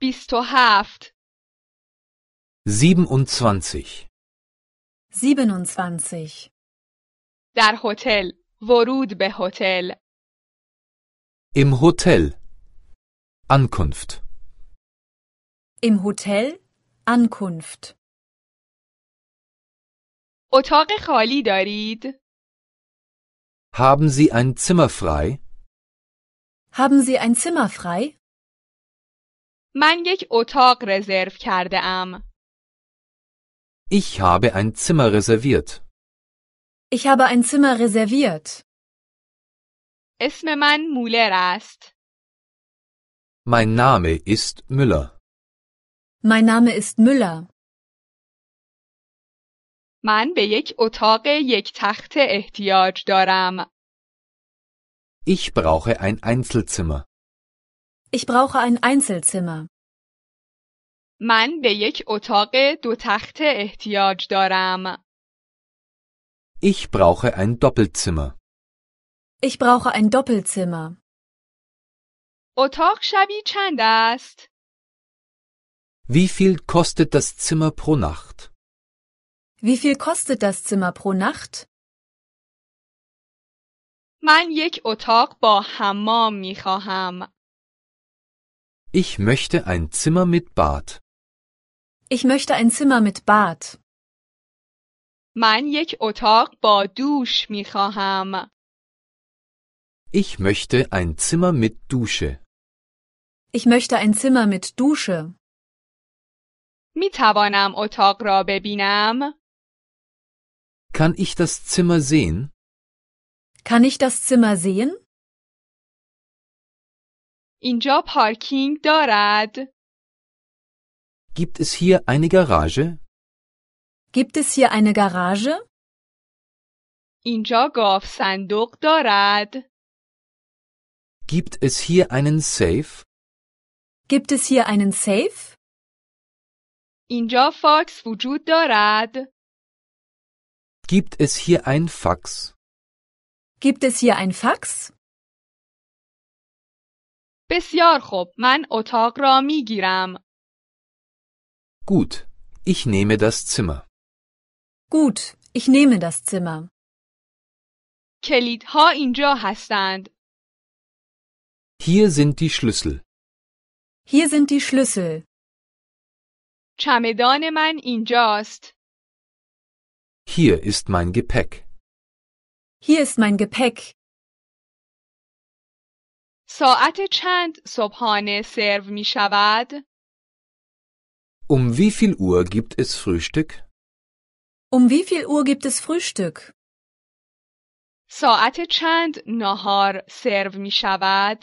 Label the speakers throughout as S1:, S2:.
S1: Bisturhaft.
S2: 27.
S3: 27.
S1: در هتل ورود به هتل
S2: Im Hotel. Ankunft.
S3: Im Hotel Ankunft.
S1: اتاق خالی دارید
S2: Haben Sie ein Zimmer frei?
S3: Haben Sie ein Zimmer frei?
S1: من یک اتاق رزرو کرده ام
S2: Ich habe ein Zimmer reserviert.
S3: Ich habe ein Zimmer reserviert.
S1: اسم من مولر است
S2: Mein Name ist Müller.
S3: Mein Name ist Müller.
S1: من به یک اتاق یک تخته احتیاج دارم
S2: Ich brauche ein Einzelzimmer.
S3: Ich brauche ein Einzelzimmer.
S1: من به یک اتاق دو تخته احتیاج دارم
S2: Ich brauche ein Doppelzimmer.
S3: Ich brauche ein Doppelzimmer.
S1: اتاق شبی چند است
S2: Wie viel kostet das Zimmer pro Nacht?
S3: Wie viel kostet das Zimmer pro Nacht?
S1: من یک اتاق با حمام می خواهم
S2: Ich möchte ein Zimmer mit Bad.
S3: Ich möchte ein Zimmer mit Bad.
S1: من یک اتاق با دوش می خواهم
S2: Ich möchte ein Zimmer mit Dusche.
S3: Ich möchte ein Zimmer mit Dusche.
S1: می توانم اتاق را ببینم
S2: Kann ich das Zimmer sehen?
S3: Kann ich das Zimmer sehen?
S1: اینجا پارکینگ دارد
S2: Gibt es hier eine Garage?
S3: Gibt es hier eine Garage?
S1: اینجا گاف صندوق دارد
S2: Gibt es hier einen Safe?
S3: Gibt es hier einen Safe?
S1: اینجا فاکس وجود دارد
S2: Gibt es hier ein Fax?
S3: Gibt es hier ein Fax?
S1: بسیار خوب من اتاق را می گیرم
S2: Gut, ich nehme das Zimmer.
S3: Gut, ich nehme das Zimmer.
S1: کلیدها اینجا هستند
S2: Hier sind die Schlüssel.
S3: Hier sind die Schlüssel.
S1: چمدان من اینجاست
S2: Hier ist mein Gepäck.
S3: Hier ist mein Gepäck.
S1: ساعت چند صبحانه سرو می شود؟
S2: Um wie viel Uhr gibt es Frühstück?
S3: Um wie viel Uhr gibt es Frühstück?
S1: ساعت چند ناهار سرو می شود؟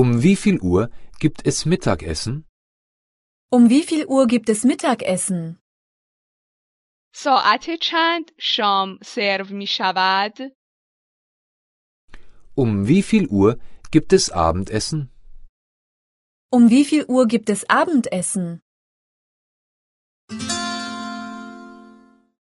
S2: Um wie viel Uhr gibt es Mittagessen?
S3: Um wie viel Uhr gibt es Mittagessen?
S1: ساعت چند شام سرو می شود؟
S2: Um wie viel Uhr gibt es Abendessen?
S3: Um wie viel Uhr gibt es Abendessen?